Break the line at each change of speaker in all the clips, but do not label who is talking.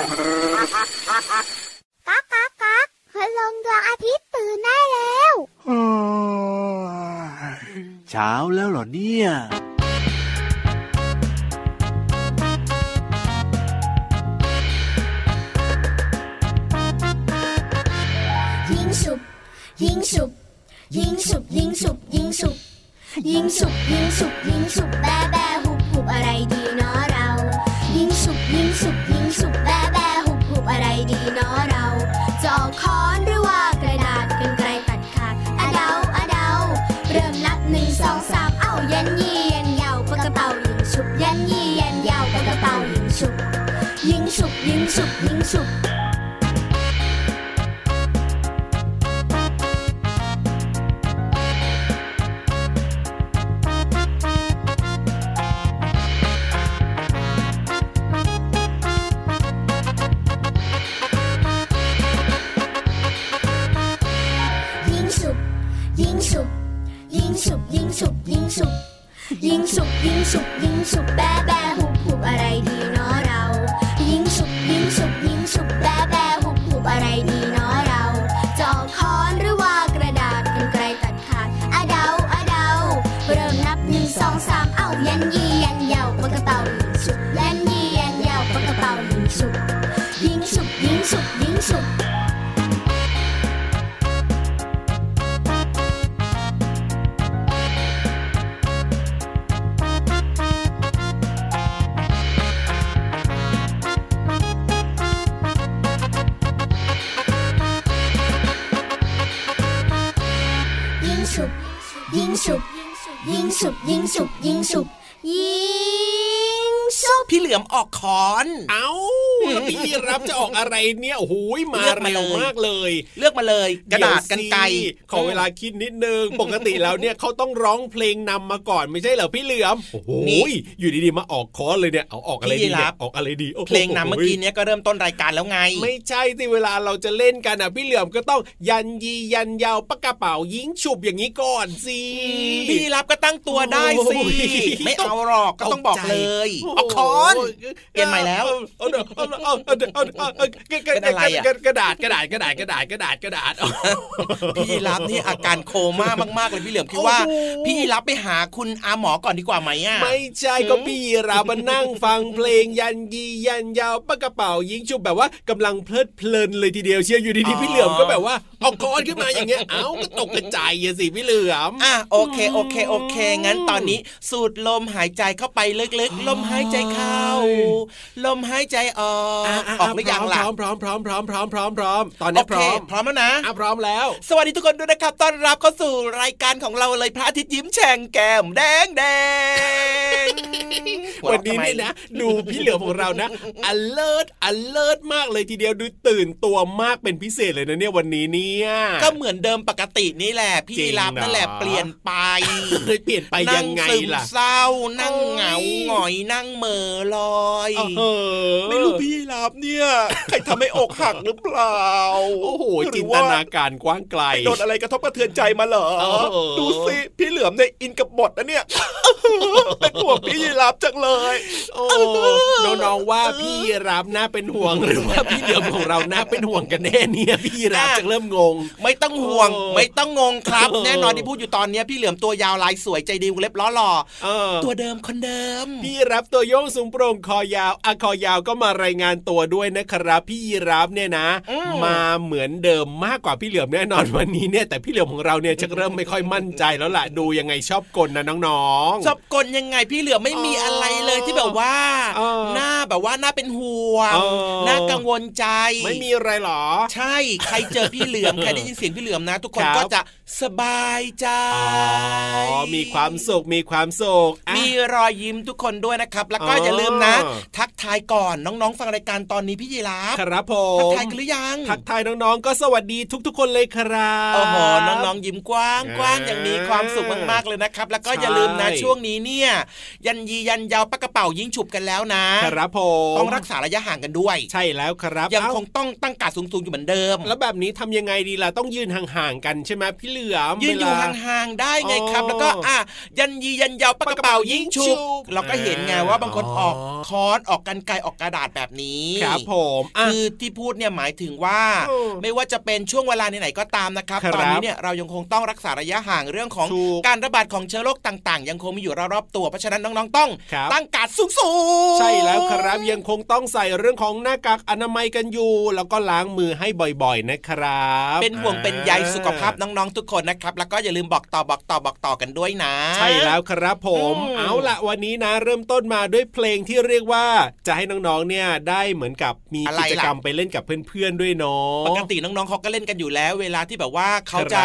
ก๊ากก๊ากก๊ากพลงดวงอาทิตย์ตื่นได้แล้ว
เช้าแล้วเหรอเนี่ย
ยิงฉุบยิงฉุบยิงฉุบยิงฉุบยิงฉุบยิงฉุบยิงฉุบยิงฉุบแบแบหุบหุบอะไรดีเนาะเรา ยิงฉุบยิงฉุบยิงฉุบแบแบหุบหุบอะไรดีเนาะเราจะเอาค้อนหรือว่ากระดาษกันไกลตัดขาดอะเดาอะเดาเริ่มนับหนึ่งสองสามเอ้ายันยี่ยันยาวปากกระเป๋ายิงฉุบยันยี่ยันยาวปากกระเป๋ายิงฉุบยิงฉุบยิงฉุบยิงฉุบ ยิงฉุบยิงฉุบยิงฉุบยิงฉุบยิงฉุบยิงฉุบยิงฉุบยิงฉุบแบแบหุบหุบอะไรดีเนาะเรา ยิงฉุบยิงฉุบยิงฉุบแบแบหุบหุบอะไรดีเนาะเราจอกค้อนหรือว่ากระดาษกันไกลตัดขาดอะเดาอะเดาเริ่มนับหนึ่งสองสามเอ้ายันยี่ยันยาวปากกระเป๋ายิงฉุบยันยี่ยันยาวปากกระเป๋ายิงฉุบยิงฉุบยิงฉุบยิงฉุบ ยิงฉุบยิงฉุบยิงฉุบยิงฉุบยิงฉุบยิงฉุบ
พี่เหลือมออกคอน
เอ้าแล้วพี่ยีรับจะออกอะไรเนี่ยโอ้โหยมา
เลือกมา
เร็ว
เลย
มากเลย
เลือกมาเลยกระดาษกันไกล
เดี๋ยวสิขอเวลาคิดนิดนึง ปกติแล้วเนี่ยเขาต้องร้องเพลงนำมาก่อนไม่ใช่เหรอพี่เหลือมโอ้โหยอยู่ดีๆมาออกคอร์สเลยเนี่ยเอาออกอะไรดีเนี่ยออกอะไรดีโอ้โห
เพลงนำเมื่อกี้เนี้ยก็เริ่มต้นรายการแล้วไง
ไม่ใช่สิเวลาเราจะเล่นกันอ่ะ พี่เหลือมก็ต้องยันยียันยาวปากกระเป๋ายิงฉุบอย่างนี้ก่อนสิ
พี่รับก็ตั้งตัวได้สิ
โอ้ย
ไม่เอาหรอกก็ต้องบอกเลย
เอาคอน
เปลี่ยนใหม่แล้ว
เอาเดี๋ยวเอาเอาเอาเดี๋ยวเอาเดี๋ยวเอาเอา
เป็นอะไรอะ
กระดาษกระดาษกระดาษกระดาษกระดาษกระดาษ
พี่รับนี่อาการโคม่ามากๆเลยพี่เหลือมคิดว่า
โอ้โห
พี่รับไปหาคุณอาหมอก่อนดีกว่าไหมอ่ะ
ไม่ใช่ก็พี่เรามานั่งฟังเพลงยันยียันยาวปากกระเป๋ายิงฉุบแบบว่ากำลังเพลิดเพลินเลยทีเดียวเชียวอยู่ดี
อ๋อ
ๆพี่เหลือมก็แบบว่าเอาคอนขึ้นมาอย่างเงี้ยเอ้าก็ตกกระจายอะสิพี่เหลือม
อ่ะโอเคโอเคโอเค งั้นตอนนี้สูดลมหายใจเข้าไปลึกๆลมหายใจเข้า ลมหายใจออกออกหรือยังล่ะ
พร้อมพร้อมพร้อมพร้อมพร้อมพร้อมพร้อมตอน
โอ
นี้พ
เค
ร้อม
พร้อมแล้วนะ
อ่ะพร้อมแล้ว
สวัสดีทุกคนด้วยนะครับ ต้อนรับเข้าสู่รายการของเราเลยพระอาทิตย์ยิ้มแฉ่งแก้มแดงแดง
วันนี้เนี่ยนะ ดูพี่เหลือมของเรานะ alert alert มากเลยทีเดียวดูตื่นตัวมากเป็นพิเศษเลยนะเนี่ยวันนี้เนี่ย
ก็เหมือนเดิมปกตินี่แหละ พี่
จริง
รับนั่นแหละ
เหรอ
เปลี่ยนไป
เคยเปลี่ยนไปยังไง
นั่ซึม
ล่ะ
เศร้านั่ง
โอ้ย
เหงาหงอยนั่งเหม่อลอย
เออ
ไม่รู้พี่รับเนี่ย ใครทำให้อกหักหรือเปล่า
โอ้โห
รือ
จินต
ว่
นาการกว้างไกล
โดนอะไรกระทบกระเทือนใจมาเหรอ
เออ
ดูสิพี่เหลือมในยอินกับบทนะเนี่ย เป็นห่วงพี่ยีรับจังเลย
โอ้น้องๆว่าพี่รับน่าเป็นห่วงหรือว่าพี่เหลือมของเราน่าเป็นห่วงกันแน่เนี่ยพี่รับจะเริ่มงง
ไม่ต้องห่วง
เออ
ไม่ต้องงงครับ
เออ
แน่นอนที่พูดอยู่ตอนเนี้ยพี่เหลือมตัวยาวลายสวยใจดีวงเล็บล้อหล่อ
เออ
ตัวเดิมคนเดิม
พี่รับตัวโยงสูงโปร่งคอยาวอะคอยาวก็มารายงานตัวด้วยนะครับ พี่ยีรับเนี่ยนะ
อืม
มาเหมือนเดิมมากกว่าพี่เหลือมแน่นอนวันนี้เนี่ยแต่พี่เหลือมของเราเนี่ยจะเริ่มไม่ค่อยมั่นใจแล้วล่ะดูยังไงชอบกลนะน้องๆ
ชอบกลยังไงพี่เหลือมไม่มีอะไรเลยที่แบบว่า
เออ
หน้าแบบว่าหน้าเป็นห่วง
เออ
หน้ากังวลใจ
ไม่มีอะไรหรอ
ใช่ใครเจอพี่ เหลือม ใครได้ยินเสียงพี่เหลือมนะ ทุกคน
ครับ
ก็จะสบายใจ
อ๋อมีความสุขมีความสุขอ่ะ
มีรอยยิ้มทุกคนด้วยนะครับ แล้วก็
อ๋อ
อ
อ
ย่าลืมนะ ทักทายก่อนน้องๆ ฟังรายการตอนนี้พี่ยีราฟ
ครับผ
ทั
ม
ทายกันหรือยัง
ทักทายน้องๆ ก็สวัสดีทุกๆ คนเลยครับ
โอ้โหน้องๆยิ้มกว้างกว้าง
อ่า
อย่างมีความสุขมากๆเลยนะครับ แล้วก็
ใช่
อย่าลืมนะช่วงนี้เนี่ย ยันยียันยาวปากกระเป๋ายิงฉุบกันแล้วนะ
ครับผม
ต้องรักษาระยะห่างกันด้วย
ใช่แล้วครับ
ยัง
เอ้า
คงต้องตั้งกาดสูงๆอยู่เหมือนเดิม
แล้วแบบนี้ทำยังไงดีล่ะ ต้องยืนห่างๆกันใช่ไหมพี่เหลือม
ยืนอยู่
เวล
ห่างๆได้ไง
อ๋อ
ครับ แล้วก็อ่ะยันยียันยาวปากกระเป๋ายิงฉุบ
ปากกระเป๋ายิงฉุบ
เราก็เห็นไงว่าบางคน
อ๋
อ
อ
อกค้อนออกกันไกรออกกระดาษแบบนี้ นี้
ครับผมอ่ะ
คือที่พูดเนี่ยหมายถึงว่า
โอ้
ไม่ว่าจะเป็นช่วงเวลาไหนๆก็ตามนะครับ
ครับ
ตอนนี้เนี่ยเรายังคงต้องรักษาระยะห่างเรื่องของ
ถูก
การระบาดของเชื้อโรคต่าง ๆ ยังคงมีอยู่รอบๆตัวเพราะฉะนั้นน้องๆต้อง
ครับ
ตั้งการดสูงๆ
ใช่แล้วครับยังคงต้องใส่เรื่องของหน้ากากอนามัยกันอยู่ แล้วก็ล้างมือให้บ่อยๆนะครับ
เป็นห่วง
อ่า
เป็นใยสุขภาพน้องๆทุกคนนะครับ แล้วก็อย่าลืมบอกต่อบอกต่อบอกต่อกันด้วยนะ
ใช่แล้วครับผม
อืม
เอาละวันนี้นะ เริ่มต้นมาด้วยเพลงที่เรียกว่า จะให้น้องๆเนี่ยได้เหมือนกับมีกิจกรรมไปเล่นกับเพื่อนๆด้วยเนาะ
ปกติน้องๆเขาก็เล่นกันอยู่แล้ว เวลาที่แบบว่าเขา
ครับ
จะ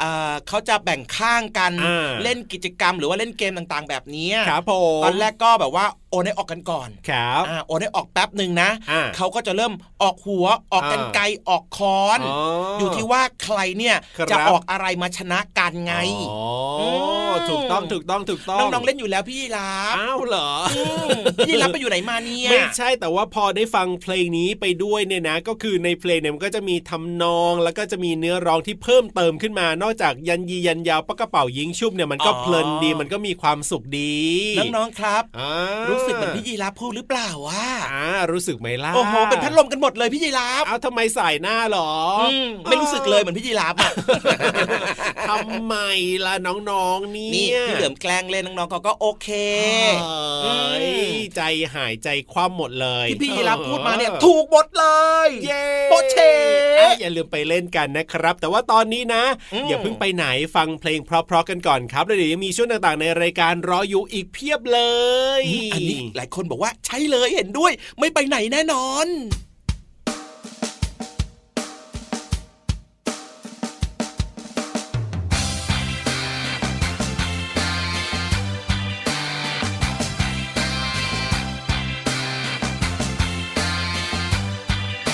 เอ่อเขาจะแบ่งข้างกัน
อ่า
เล่นกิจกรรมหรือว่าเล่นเกมต่างๆ แบบเนี้ย
ครับผม
ตอนแรกก็แบบว่าโอนให้ออกกันก่อน
ครับ
อ่าโอนให้ออกแป๊บหนึ่งนะ
อ่า
เขาก็จะเริ่มออกหัวออกกันไกลออกคอน
อ๋อ
อ
อยู่
ที่ว่าใครเนี่ย
ครับ
จะออกอะไรมาชนะกันไง
อ๋อ
อืม
ถูกต้องถูกต้องถูกต้อง
น้องๆเล่นอยู่แล้วพี่ยีราฟ
อ้าวเหรอ
อืมพี่ยีราฟไปอยู่ไหนมาเนี่ย
ไม่ใช่แต่ว่าพอได้ฟังเพลงนี้ไปด้วยเนี่ยนะ ก็คือในเพลงเนี่ยมันก็จะมีทำนองแล้วก็จะมีเนื้อร้องที่เพิ่มเติมขึ้นมา นอกจากยันยียันยาวปะกระเป๋ายิงชุบเนี่ยมันก็
อ๋อ
เพลินดีมันก็มีความสุขดี
น้องๆครับ
อ่า
รู้สึกเหมือนพี่ยีราฟพูดหรือเปล่าวะ
อ่ารู้สึกไหมล่ะ
โอ้โห เป็นพัดลมกันหมดเลยพี่ยีราฟ
เอาทำไมสายหน้าหรออ
อืมไม่รู้สึกเลยเหมือนพี่ยีราฟอ่ะ
ทำไมล่ะน้องๆเนี่ย
นี่พี่เหลือมแกล้งเล่นน้องๆเขาก็โอเค
เอ้ย
อืม
ใจหายใจคว่ำหมดเลย
ที่พี่ยีราฟพูดมาเนี่ย
ออ
ถูกหมดเลย
เย้
โปะเช๊
อ่ะอย่าลืมไปเล่นกันนะครับ แต่ว่าตอนนี้นะ
อืม
อย่าเพิ่งไปไหนฟังเพลงเพราะๆกันก่อนครับแล้วเดี๋ยวยังมีช่วงต่างๆในรายการรออยู่อีกเพียบเลย
อืมอันนี้หลายคนบอกว่าใช่เลยเห็นด้วย ไม่ไปไหนแน่นอน
ตั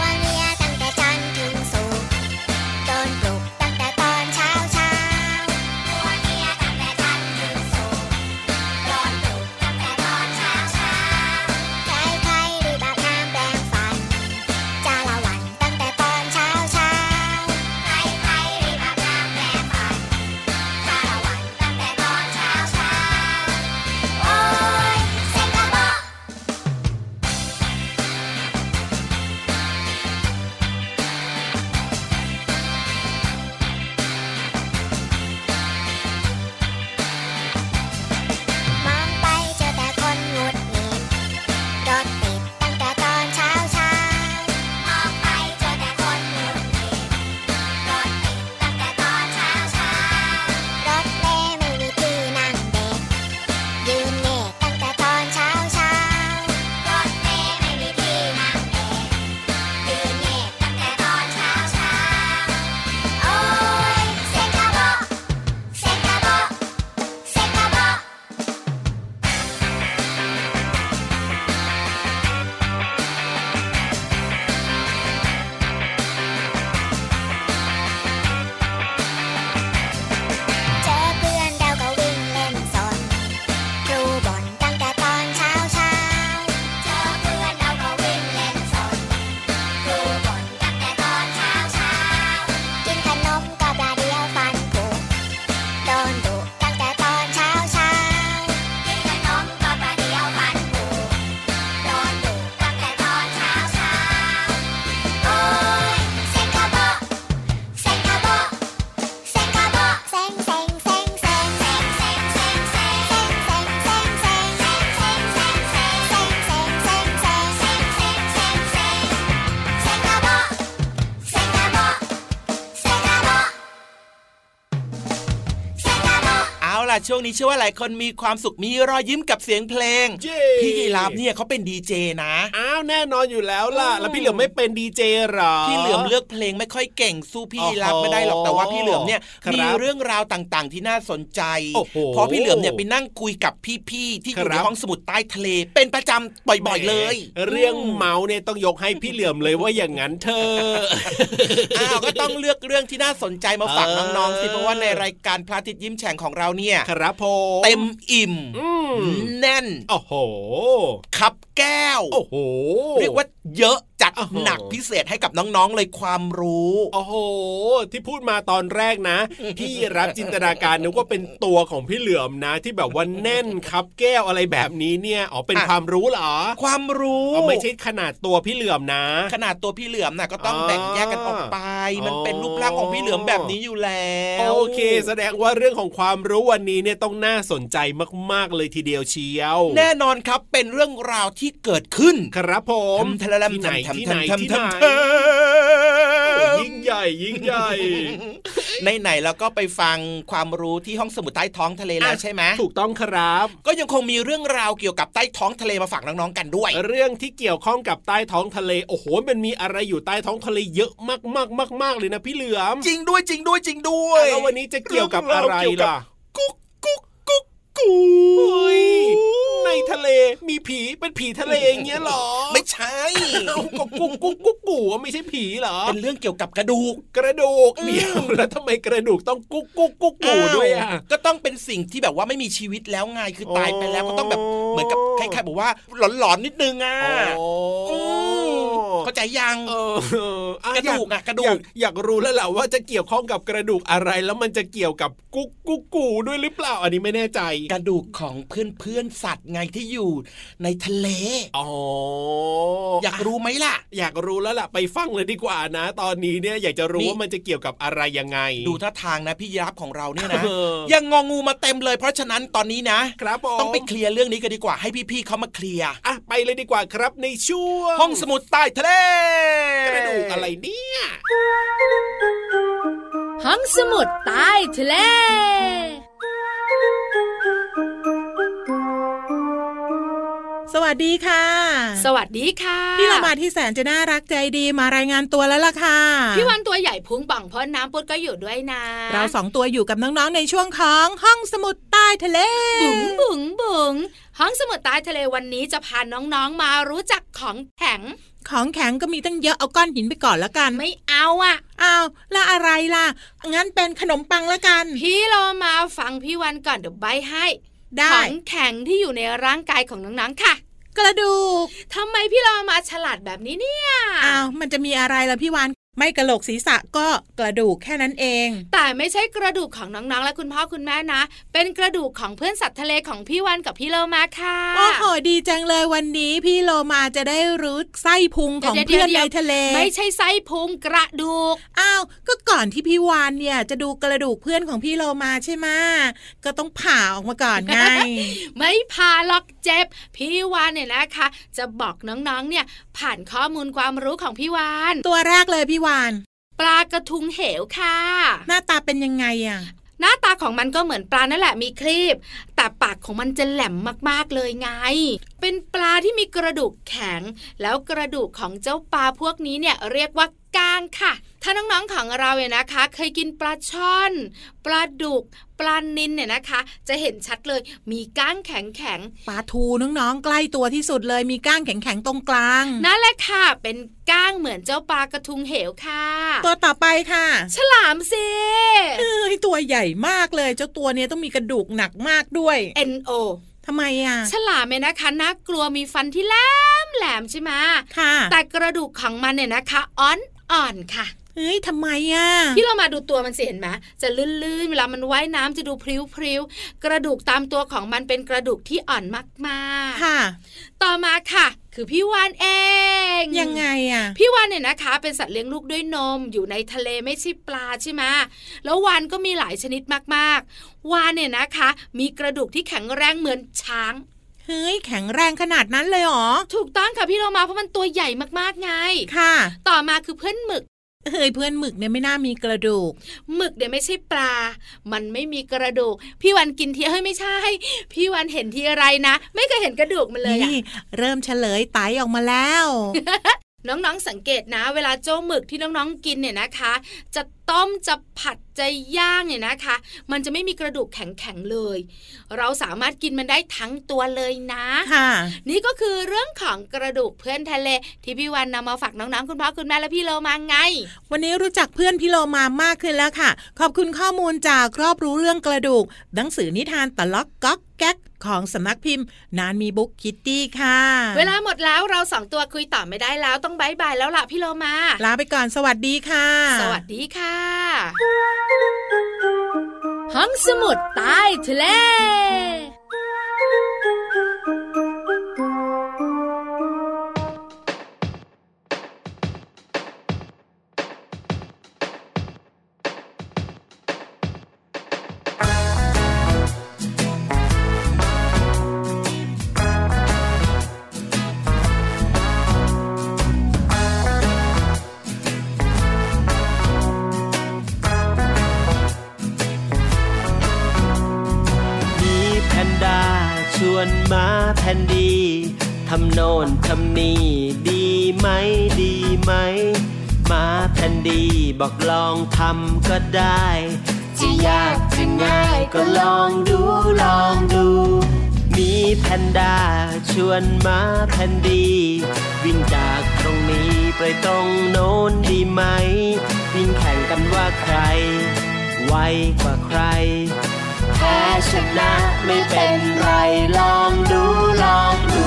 วเมียตั้งแต่จันทร์ถึงศุกร์โดนปลุกตั้งแต่ตอนเช้าเช้าตัวเมียตั้งแต่จันทร์ถึงศุกร์โดนปลุกตั้งแต่ตอนเช้าเช้าใครใครรีบอาบน้ำแปรงฟันจ้าละวันตั้งแต่ตอนเช้าเช้าใครใครรีบอาบน้ำแปรงฟันจ้าละวันตั้งแต่ตอนเช้าเช้าโอ้ยเซ็งกระบอก มองไปเจอแต่คนหงุดหงิดรถติดตั้งแต่ตอนเช้าเช้ามองไปเจอแต่คนหงุดหงิดรถติดตั้งแต่ตอนเช้าเช้ารถเมล์ไม่มีที่นั่งเด็ก ยืนเงกตั้งแต่ตอนเช้าเช้ารถเมล์ไม่มีที่นั่งเด็ก ยืนเงกตั้งแต่ตอนเช้าเช้าโอ้ยเซกาโบเซกาโบเซกาโบ เจอเพื่อนเราก็วิ่งเล่นสนครูบ่นตั้งแต่ตอนเช้าเช้าเจอเพื่อนเราก็วิ่งเล่นสนครูบ่นตั้งแต่ตอนเช้าเช้ากินขนมก็ประเดี๋ยวฟันผุโดนดุตั้งแต่ตอนเช้าเช้ากินขนมก็ประเดี๋ยวฟันผุโดนดุตั้งแต่ตอนเช้าเช้าโอ้ยเซ็งกระบอกเซ็งกระบอก เซ็งกะบอกเซ็งเซ็งเซ็งเซ็งเซ็งเซ็งเซ็งเซ็งเซ็งเซ็งเซ็งเซ็งเซ็งเซ็งเซ็งเซ็งเซ็งเซ็งเซ็งเซ็งเซ็งเซ็งเซ็งเซ็งเซ็งกะบอกเซ็งกะบอกเซ็งกะบอกเซ็งกะบอก
เอาล่ะช่วงนี้เชื่อว่าหลายคนมีความสุขมีรอยยิ้มกับเสียงเพลง
เย้
พี่ยีราฟเนี่ยเขาเป็นดีเจนะ
อ้าวแน่นอนอยู่แล้วล่ะ
อืม
แล้วพี่เหลือมไม่เป็นดีเจหรอ
พี่เหลือมเลือกเพลงไม่ค่อยเก่งสู้พี่
โอ้โห
รับไม่ได้หรอกแต่ว่าพี่เหลือมเนี่ย
ครับ
มีเรื่องราวต่างๆ ที่น่าสนใจ
โอ้โห
เพราะพี่เหลือมเนี่ยไปนั่งคุยกับพี่ๆที่อยู่ใน
ครับ
ห้องสมุดใต้ทะเล เป็นประจำบ่อยๆเลย
เรื่องเมาส์เนี่ยต้องยกให้พี่เหลือมเลยว่าอย่างนั้นเธอะ
อ้าวก็ต้องเลือกเรื่องที่น่าสนใจมาฝาก
เออ
น้องๆสิเพราะว่าในรายการพระอาทิตย์ยิ้มแฉ่งของเราเนี่ย
ครับผม
เต็มอิ่ม
อืม
แน่น
โอ้โห
ขับแก้ว
โอ้โห
เรียกว่า เยอะจัด
โอ้โห
หนักพิเศษให้กับน้องๆเลยความรู้
โอ้โห ที่พูดมาตอนแรกนะ พี่รับจินตนาการนึกว่าเป็นตัวของพี่เหลือมนะ ที่แบบว่าแน่นครับแก้วอะไรแบบนี้เนี่ยอ๋อเป็น
อ่ะ
ความรู้เหรอ
ความรู้
อ๋อไม่ใช่ขนาดตัวพี่เหลือมนะ
ขนาดตัวพี่เหลือมน่ะก็ต้อง
อ๋อ
แบ่งแยกกันออกไป มัน
อ๋อ
เป็นรูปร่างของพี่เหลือมแบบนี้อยู่แล้ว
โอเค แสดงว่าเรื่องของความรู้วันนี้เนี่ยต้องน่าสนใจมากๆเลยทีเดียวเชียว
แน่นอนครับเป็นเรื่องราวที่เกิดขึ้น
ครับผม
ทำทะเล
ที่
ทำ
ไหน
ทำ
ที่ไหน
ทำทำ
ที่
ทำ
ไหน
ท
โ
ำ
อ้ยิ่งใหญ่ยิ่งใหญ่
ในไหนๆแล้วก็ไปฟังความรู้ที่ห้องสมุดใต้ท้องทะเลแล้วใช่ไหม
ถูกต้องครับ
ก็ยังคงมีเรื่องราวเกี่ยวกับใต้ท้องทะเลมาฝากน้องๆกันด้วย
เรื่องที่เกี่ยวข้องกับใต้ท้องทะเล โอ้โห มันมีอะไรอยู่ใต้ท้องทะเลเยอะมากมากมากมากๆเลยนะพี่เหลือม
จริงด้วยจริงด้วยจริงด้วย
แล้ววันนี้จะเกี่ยวกับอะไร
เกี่ยวกับ
ล่ะ
กุ๊กกุ๊กกุ๊กกุ๊
เฮ้ย
ก
ในทะเลมีผีเป็นผีทะเลอย่างเงี้ยเหรอ
ไม่ใช่
เอ้าก็กุ๊กกุ๊กกุ๊กกูอะไม่ใช่ผีเหรอ
เป็นเรื่องเกี่ยวกับกระดูก
กระดูกเดียวแล้วทำไมกระดูกต้องกุ๊กกุ๊กกุ๊กกูด้วยอ่ะ
ก็ต้องเป็นสิ่งที่แบบว่าไม่มีชีวิตแล้วไงคือตายไปแล้วก็ต้องแบบเหมือนกับคล้ายๆบอกว่าหลอนๆนิดนึงอ่ะ
โอ้
มเข้าใจยัง
เอออ่
กระดูกอะกระดูก
อยาอยากรู้แล้วแหละว่าจะเกี่ยวข้องกับกระดูกอะไร แล้วมันจะเกี่ยวกับกุ๊กกุ๊กกูด้วยหรือเปล่า อันนี้ไม่แน่ใจ
กระดูกของเพื่อนๆสัตว์ไงที่อยู่ในทะเล
อ๋ออ
อยากรู้ไหมล่ะ
อยากรู้แล้วล่ะไปฟังเลยดีกว่านะ ตอนนี้เนี่ยอยากจะรู้
นี่
ว่ามันจะเกี่ยวกับอะไรยังไง
ดูท่าทางนะพี่ยีรับของเราเนี่ยนะ
เออ
ยังงองูมาเต็มเลยเพราะฉะนั้นตอนนี้นะ
ครับผม
ต้องไปเคลียร์เรื่องนี้กันดีกว่าให้พี่ๆเขามาเคลียร์
อ่ะไปเลยดีกว่าครับในช่วง
ห้องสมุดใต้ทะเล
กระดูกอะไรเนี่ย
ห้องสมุดใต้ทะเล
สวัสดีค่ะ
สวัสดีค่ะ
พี่เรามาที่แสนจะน่ารักใจดีมารายงานตัวแล้วล่ะค่ะ
พี่วันตัวใหญ่พุงป่องเพราะน้ำปุดก็อยู่ด้วยนะ
เราสองตัวอยู่กับน้องๆในช่วงของห้องสมุดใต้ทะเล
บุ๋งบุ๋งบุ๋งห้องสมุดใต้ทะเลวันนี้จะพาน้องๆมารู้จักของแข็ง
ของแข็งก็มีตั้งเยอะเอาก้อนหินไปก่อนละกัน
ไม่เอาอะ
อ้าวแล้วอะไรล่ะงั้นเป็นขนมปังละกัน
พี่โลมาฟังพี่วันก่อนเดี๋ยวใบให้ข
ได้
องแข็งที่อยู่ในร่างกายของน้องๆค่ะ
กระดูก
ทำไมพี่โลมาฉลาดแบบนี้เนี่ย
อ้าวมันจะมีอะไรล่ะพี่วานไม่กระโหลกศีรษะก็กระดูกแค่นั้นเอง
แต่ไม่ใช่กระดูกของน้องๆ และคุณพ่อคุณแม่นะ เป็นกระดูกของเพื่อนสัตว์ทะเลของพี่วันกับพี่โลมาค่ะ
โอ้โหดีจังเลยวันนี้พี่โลมาจะได้รู้ไส้พุงของเพื่อน
ดี๋
ใน
ยวๆๆ
ทะเล
ไม่ใช่ไส้พุงกระดูก
อ้าวก็ก่อนที่พี่วานเนี่ยจะดูกระดูกเพื่อนของพี่โลมาใช่ไหมะก็ต้องผ่าออกมาก่อนไง
ไม่พาล็อกเจ็บ พี่วานเนี่ยนะคะ จะบอกน้องๆเนี่ย ผ่านข้อมูลความรู้ของพี่วาน
ตัวแรกเลยพี่วาน
ปลากระทุงเหวค่ะ
หน้าตาเป็นยังไงอ่ะ
หน้าตาของมันก็เหมือนปลานั่นแหละมีครีบ แต่ปากของมันจะแหลมมากๆเลยไง เป็นปลาที่มีกระดูกแข็ง แล้วกระดูกของเจ้าปลาพวกนี้เนี่ยเรียกว่าก้างค่ะ ถ้าน้องๆของเราเนี่ยนะคะ เคยกินปลาช่อน ปลาดุก ปลานินเนี่ยนะคะ จะเห็นชัดเลยมีก้างแข็ง
ปลาทูน้องๆ ใกล้ตัวที่สุดเลยมีก้างแข็งๆตรงกลาง
ๆนั่นแหละค่ะ เป็นก้างเหมือนเจ้าปลากระทุงเหวค่ะ
ตัวต่อไปค่ะ
ฉลามสิ
เอ้ยตัวใหญ่มากเลย เจ้าตัวเนี้ยต้องมีกระดูกหนักมากด้วย
NO
ทำไมอ่ะ
ฉลามเนี่ยนะคะน่ากลัวมีฟันที่แหลมแหลมๆใช่ไหมะ
ค่ะ
แต่กระดูกของมันเนี่ยนะคะอ่อนอ่อนค่ะ
เฮ้ยทำไมอ่ะ
พี่เรามาดูตัวมันสิเห็นไหมจะลื่นๆเวลามันว่ายน้ำจะดูพริ้วพริ้วๆกระดูกตามตัวของมันเป็นกระดูกที่อ่อนมากๆ
ค่ะ
ต่อมาค่ะ คือพี่วานเอง
ยังไงอ่ะ
พี่วานเนี่ยนะคะ เป็นสัตว์เลี้ยงลูกด้วยนมอยู่ในทะเลไม่ใช่ปลาใช่ไหมแล้ววานก็มีหลายชนิดมากๆ วานเนี่ยนะคะ มีกระดูกที่แข็งแรงเหมือนช้าง
เฮ้ยแข็งแรงขนาดนั้นเลยเหรอ
ถูกต้องค่ะพี่เรามาเพราะมันตัวใหญ่มากๆไง
ค่ะ
ต่อมาคือเพื่อนหมึก
เฮ้ยเพื่อนหมึกเนี่ยไม่น่ามีกระดูก
หมึกเนี่ยไม่ใช่ปลา มันไม่มีกระดูก พี่วันกินทีเฮ้ยไม่ใช่ พี่วันเห็นทีอะไรนะ ไม่เคยเห็นกระดูกมันเลยอะ
นี่เริ่มเฉลยไตออกมาแล้ว
น้องๆสังเกตนะ เวลาเจ้าหมึกที่น้องๆกินเนี่ยนะคะ จะต้มจะผัดจะย่างเนี่ยนะคะ มันจะไม่มีกระดูกแข็งๆเลย เราสามารถกินมันได้ทั้งตัวเลยนะ
ค่ะ
นี่ก็คือเรื่องของกระดูกเพื่อนทะเล ที่พี่วันนำมาฝากน้องๆคุณพ่อคุณแม่และพี่เรามาไง
วันนี้รู้จักเพื่อนพี่โลมามากขึ้นแล้วค่ะ ขอบคุณข้อมูลจากรอบรู้เรื่องกระดูก หนังสือนิทานตะล็อกก๊อกแก๊ก ของสำนักพิมพ์ นานมีบุ๊กคิตตี้ค่ะ
เวลาหมดแล้วเราสองตัวคุยต่อไม่ได้แล้วต้องบายบายแล้วล่ะพี่โลมา
ลาไปก่อนสวัสดีค่ะ
สวัสดีค่ะ ห้องสมุดใต้ทะเล
มีแพนด้าชวนมาแพนดีทำโน่นทำนี่ดีไหมดีไหมมาแพนดีบอกลองทำก็ได้ จะยากจะง่ายก็ลองดูลองดู มีแพนด้าชวนมาแพนดี วิ่งจากตรงนี้ไปตรงโน้นดีไหม วิ่งแข่งกันว่าใคร ไวกว่าใคร แพ้ชนะไม่เป็นไรลองดูลองดู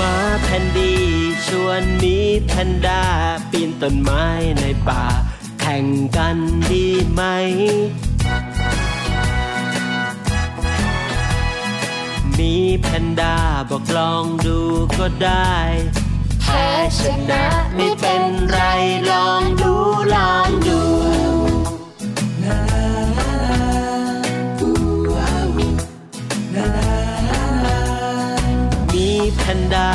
มาแพนดีชวนหมีแพนด้าปีนต้นไม้ในป่า แข่งกันดีไหม มีแพนด้าบอกลองดูก็ได้ แพ้ชนะไม่เป็นไรลองดูลองดู มีแพนด้า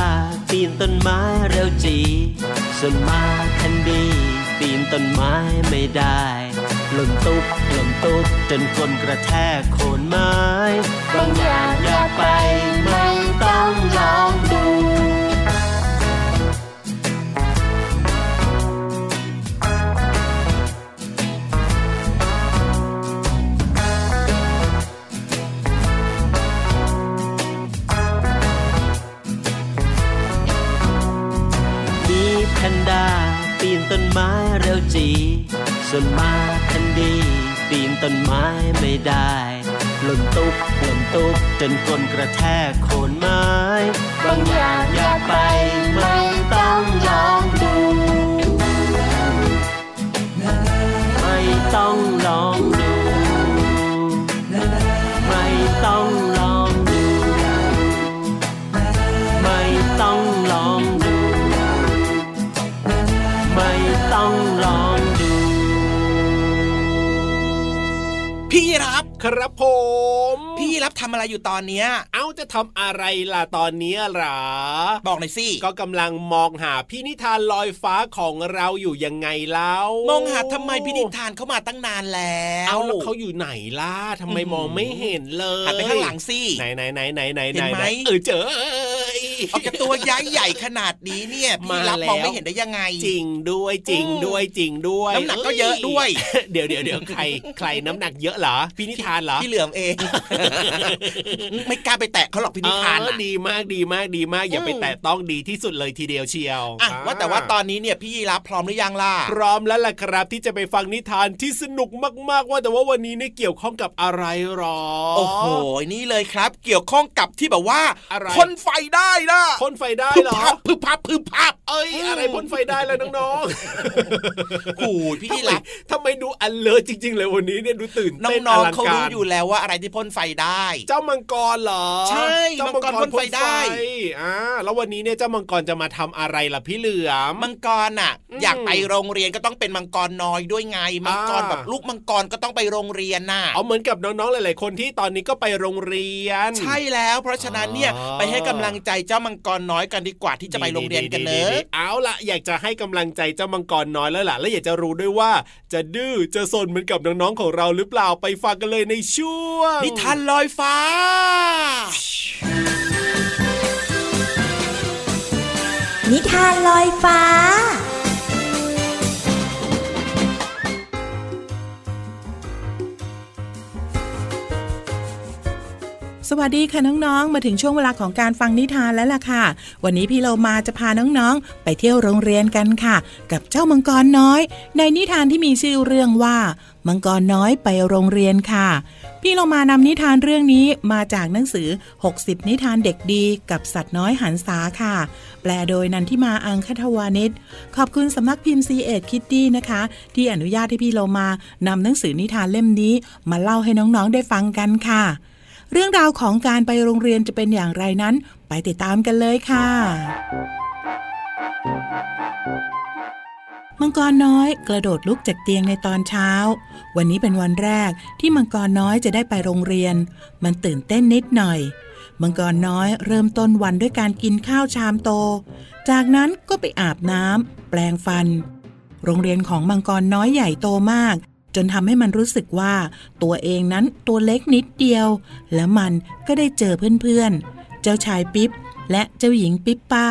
ปีนต้นไม้เร็วจี ส่วนมาแพนดีปีนต้นไม้ไม่ได้หล่นตุ๊บหล่นตุ๊บจนคนกระแทกโคนไม้บางอย่างอยากไปไม่ต้องลองดู มีแพนด้าปีนต้นไม้เร็วจี ส่วนมาแพนดีปีนต้นไม้ไม่ได้หล่นตุ๊บหล่นตุ๊บจนก้นกระแทกโคนไม้ บางอย่างอยากไปไม่ต้องลองดู ไม่ต้องลองดู ไม่ต้องลองดู ไม่ต้องลองดู ไม่ต้องลองดู
พี่รับ
ครับผม
พี่รับทำอะไรอยู่ตอนเนี้ย
เอาจะทำอะไรล่ะตอนนี้หรอ
บอกหน่อยสิ
ก็กำลังมองหาพี่นิทานลอยฟ้าของเราอยู่ยังไงแล้ว
มองหาทำไมพี่นิทานเข้ามาตั้งนานแล้ว
เอาแล้วเขาอยู่ไหนล่ะทำไมมองไม่เห็นเลย
หันไปข้างหลังสิ
ไหนไหนไหนไหนไหน
เห็นไหม
เออเจอ
เอาแกตัวย้ายใหญ่ขนาดนี้เนี่ยพี่
มา
รับ
แล้ว
มองไม่เห็นได้ยังไง
จริงด้วยจริงด้วยจริงด้วย
น้ำหนักก็เยอะด้วย
เดี๋ยวเดี๋ยว เดี๋ยวใครใครน้ำหนักเยอะเหรอพี่นิทานเหรอ
พี่เหลือมเอง ไม่กล้าไปแตะเขาหรอกพี่นิทาน
เอ
อะ
อดีมากดีมากดีมาก อย่าไปแตะต้องดีที่สุดเลยทีเดียวเชียว
อ่ะ
อ่
ว่าแต่ว่าตอนนี้เนี่ยพี่ยีรับพร้อมหรือยังล่ะ
พร้อมแล้วล่ะครับที่จะไปฟังนิทานที่สนุกมากๆ ว่าแต่ว่าวันนี้เนี่ยเกี่ยวข้องกับอะไรหรอ
โอ้โห นี่เลยครับ เกี่ยวข้องกับที่แบบว่า
อะไร
พ่นไฟได้นะ
พ่นไฟได้
พึบ
เหรอ
พับพึบพับพึบพับ
เอ้ยอะไรพ่นไฟได้แล้วน้อง
โอ้ยพี่
ๆ
ยีรับ
ทำไมทำไมดูอันเลิศจริง ๆ เลยวันนี้เนี่ยดูตื่น
น้
เต้น
อง
ลั
ๆเขารู้
ก
อยู่แล้วว่าอะไรที่พ่นไฟได้
เจ้ามังกรเหรอ
ใช่
เจ้า
มั
มั
งก
งก
ร
ร
พ่
พ่
น
น
ไฟ
ไฟ
ได้
ได้อ่าแล้ววันนี้เนี่ยเจ้ามังกรจะมาทำอะไรล่ะพี่เหลือม
มังกรน่ะ
อืม
อยากไปโรงเรียนก็ต้องเป็นมังกรน้อยด้วยไง มังกร
อ่า
แบบลูกมังกรก็ต้องไปโรงเรียนน่ะ
เอาเหมือนกับน้องๆหลายๆคนที่ตอนนี้ก็ไปโรงเรียน
ใช่แล้ว เพราะฉะนั้นเนี่ย
อ๋อ
ไปให้กำลังใจเจ้ามังกรน้อยกันดีกว่าที่จะไปโรงเรียนกันเนอะ
ดีๆๆๆเอาละอยากจะให้กำลังใจเจ้ามังกรน้อยแล้วล่ะ และอยากจะรู้ด้วยว่า จะดื้อจะซนเหมือนกับน้องๆของเราหรือเปล่าไปฟังกันเลยในช่วง
นิทานลอยฟ้า
นิทานลอยฟ้า
ส
สวัสดีค่ะน้องๆ มาถึงช่วงเวลาของการฟังนิทานแล้วล่ะค่ะ วันนี้พี่เรามาจะพาน้องๆ ไปเที่ยวโรงเรียนกันค่ะ กับเจ้ามังกรน้อย ในนิทานที่มีชื่อเรื่องว่า มังกรน้อยไปโรงเรียนค่ะ พี่เรามานำนิทานเรื่องนี้มาจากหนังสือ 60 นิทานเด็กดีกับสัตว์น้อยหันษาค่ะ แปลโดยนันทิมาอังคทวานิชขอบคุณสำนักพิมพ์ c ีเอ็ดคิตตี้นะคะ ที่อนุญาตให้พี่เรามานำหนังสือนิทานเล่มนี้ มาเล่าให้น้องๆได้ฟังกันค่ะ เรื่องราวของการไปโรงเรียนจะเป็นอย่างไรนั้น ไปติดตามกันเลยค่ะ มังกรน้อยกระโดดลุกจากเตียงในตอนเช้า วันนี้เป็นวันแรกที่มังกรน้อยจะได้ไปโรงเรียน มันตื่นเต้นนิดหน่อย มังกรน้อยเริ่มต้นวันด้วยการกินข้าวชามโต จากนั้นก็ไปอาบน้ำแปลงฟัน โรงเรียนของมังกรน้อยใหญ่โตมาก จนทำให้มันรู้สึกว่า ตัวเองนั้นตัวเล็กนิดเดียว และมันก็ได้เจอเพื่อนๆ เจ้าชายปิ๊บและเจ้าหญิงปิ๊บป้า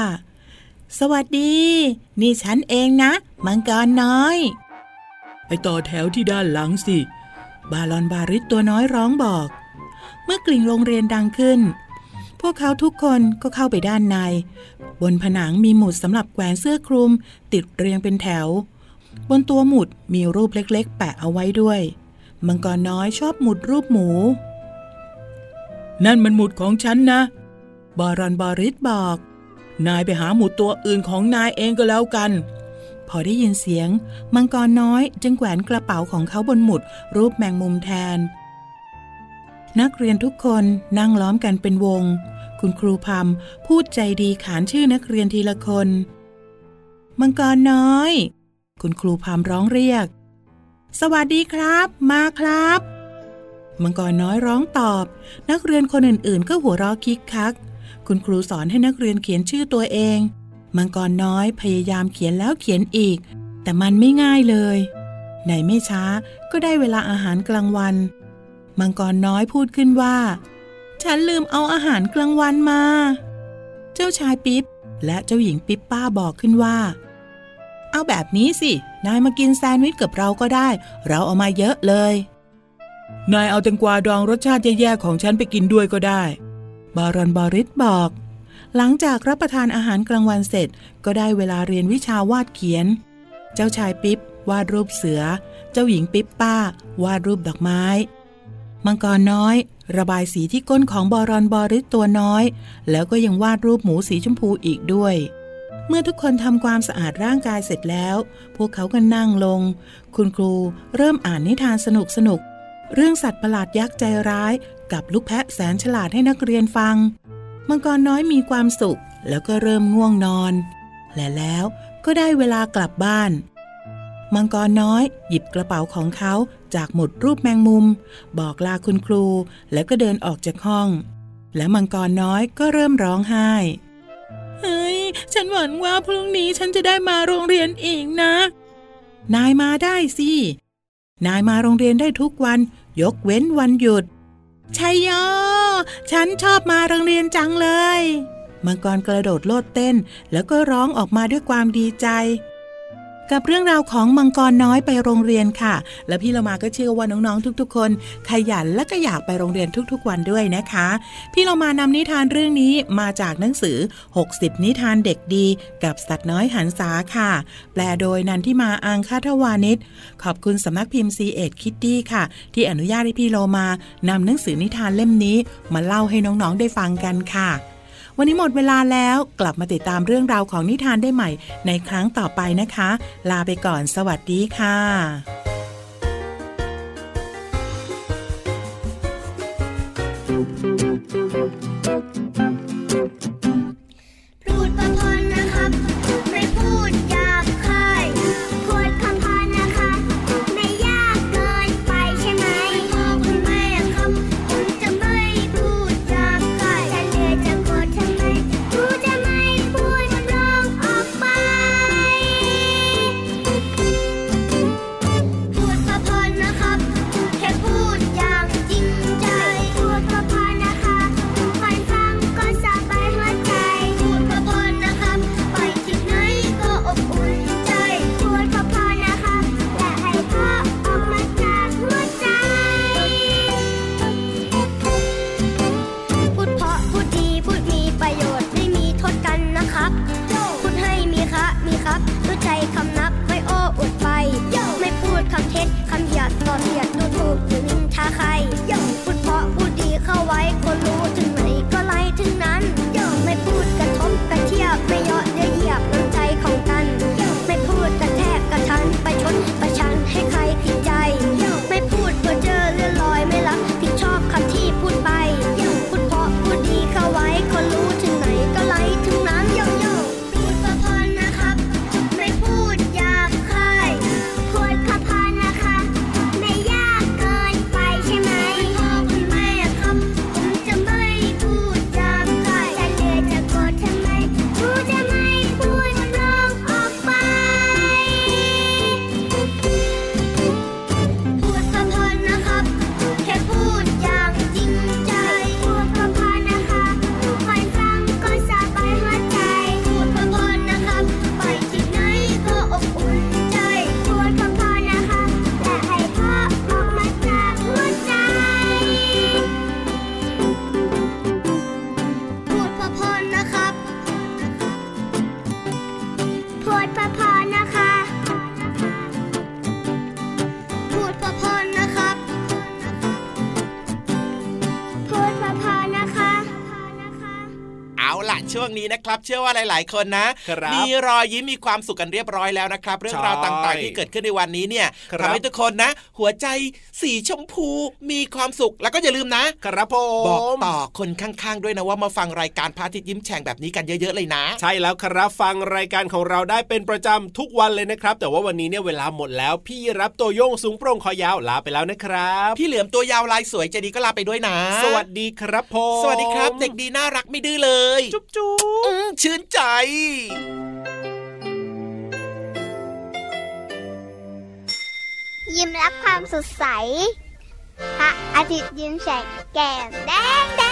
สวัสดี นี่ฉันเองนะ มังกรน้อย ไปต่อแถวที่ด้านหลังสิ บาลอนบาริสตัวน้อยร้องบอก เมื่อกลิ่งโรงเรียนดังขึ้น พวกเขาทุกคนก็เข้าไปด้านใน บนผนังมีหมุดสำหรับแขวนเสื้อคลุม ติดเรียงเป็นแถว บนตัวหมุดมีรูปเล็กๆ แปะเอาไว้ด้วย มังกรน้อยชอบหมุดรูปหมู นั่นมันหมุดของฉันนะ บารอนบอริสบอก นายไปหาหมุดตัวอื่นของนายเองก็แล้วกัน พอได้ยินเสียง มังกรน้อยจึงแขวนกระเป๋าของเขาบนหมุดรูปแมงมุมแทน นักเรียนทุกคนนั่งล้อมกันเป็นวง คุณครูพรมพูดใจดีขานชื่อนักเรียนทีละคน มังกรน้อย คุณครูพรมร้องเรียก สวัสดีครับ มาครับ มังกรน้อยร้องตอบ นักเรียนคนอื่นๆ ก็หัวเราะคิกคัก คุณครูสอนให้นักเรียนเขียนชื่อตัวเอง มังกรน้อยพยายามเขียนแล้วเขียนอีก แต่มันไม่ง่ายเลยในไม่ช้าก็ได้เวลาอาหารกลางวัน มังกรน้อยพูดขึ้นว่า ฉันลืมเอาอาหารกลางวันมา เจ้าชายปิ๊บและเจ้าหญิงปิ๊บป้าบอกขึ้นว่า เอาแบบนี้สิ นายมากินแซนด์วิชกับเราก็ได้ เราเอามาเยอะเลย นายเอาแตงกวาดองรสชาติแย่ๆของฉันไปกินด้วยก็ได้ บารอนบอริสบอก หลังจากรับประทานอาหารกลางวันเสร็จ ก็ได้เวลาเรียนวิชาวาดเขียน เจ้าชายปิ๊บวาดรูปเสือ เจ้าหญิงปิ๊บป้า วาดรูปดอกไม้ มังกรน้อย ระบายสีที่ก้นของบอรอนบอริสตัวน้อย แล้วก็ยังวาดรูปหมูสีชมพูอีกด้วย เมื่อทุกคนทำความสะอาดร่างกายเสร็จแล้ว พวกเขาก็นั่งลง คุณครูเริ่มอ่านนิทานสนุกสนุกๆเรื่องสัตว์ประหลาดยักษ์ใจร้าย กับลูกแพะแสนฉลาดให้นักเรียนฟัง มังกรน้อยมีความสุข แล้วก็เริ่มง่วงนอน และแล้วก็ได้เวลากลับบ้าน มังกรน้อย หยิบกระเป๋าของเขาจากหมุดรูปแมงมุม บอกลาคุณครู แล้วก็เดินออกจากห้อง และมังกรน้อยก็เริ่มร้องไห้ เฮ้ย ฉันหวังว่าพรุ่งนี้ฉันจะได้มาโรงเรียนอีกนะ นายมาได้สิ นายมาโรงเรียนได้ทุกวัน ยกเว้นวันหยุด ชัยโย ฉันชอบมาโรงเรียนจังเลย มังกรกระโดดโลดเต้น แล้วก็ร้องออกมาด้วยความดีใจ กับเรื่องราวของมังกรน้อยไปโรงเรียนค่ะ และพี่เรามาก็เชื่อว่าน้องๆทุก ๆ คน ขยันและก็อยากไปโรงเรียนทุกๆ วันด้วยนะคะ พี่เรามานำนิทานเรื่องนี้มาจากหนังสือ 60 นิทานเด็กดี กับสัตว์น้อยหันษาค่ะ แปลโดยนันทิมาอังคาทวานิชขอบคุณสำนักพิมพ์ c ีเอ็ดคิตตี้ค่ะ ที่อนุญาตให้พี่เรามานำหนังสือนิทานเล่มนี้ มาเล่าให้น้องๆได้ฟังกันค่ะ วันนี้หมดเวลาแล้วกลับมาติดตามเรื่องราวของนิทานได้ใหม่ ในครั้งต่อไปนะคะ ลาไปก่อนสวัสดีค่ะ
พูดประพนนะครับ ไม่พูดหยาบคายพูดคำพนนะคะ ไม่ยากเกินไปใช่ไหมพ่อคุณแม่ครับผมจะไม่พูดหยาบคายฉันเลยจะโกรธทำไมกูจะไม่พูดร้องออกไป พูดพอพอนะครับ แค่พูดอย่างจริงใจ พูดพอพอนะคะฟังฟังก็สบายหัว
ช่วงนี้นะครับ เชื่อว่าหลาย ๆ คนนะครับมีรอยยิ้มมีความสุขกันเรียบร้อยแล้วนะครับ เรื่องราว
ใช่
ต่างๆที่เกิดขึ้นในวันนี้เนี่ย
ครับ
ทำให้ทุกคนนะ หัวใจสีชมพูมีความสุขแล้วก็อย่าลืมนะ
ครับผ
บอก
ม
ต่อคนข้างๆด้วยนะว่ามาฟังรายการพระอาทิตย์ยิ้มแฉ่งแบบนี้กันเยอะๆเลยนะ
ใช่แล้วครับฟังรายการของเราได้เป็นประจำทุกวันเลยนะครับ แต่ว่าวันนี้เนี่ยเวลาหมดแล้ว พี่รับตัวโยงสูงโปร่งคอยาวลาไปแล้วนะครับ
พี่เหลือมตัวยาวลายสวยใจดีก็ลาไปด้วยนะ
สวัสดีครับผม
สวัสดีครับ เด็กดีน่ารักไม่ดื้อเลย
จุ๊บจุ๊บ
อื้อชื่นใจ
ยิ้มรับความสดใส พระอาทิตย์ยิ้มแฉกแก้มแดงแด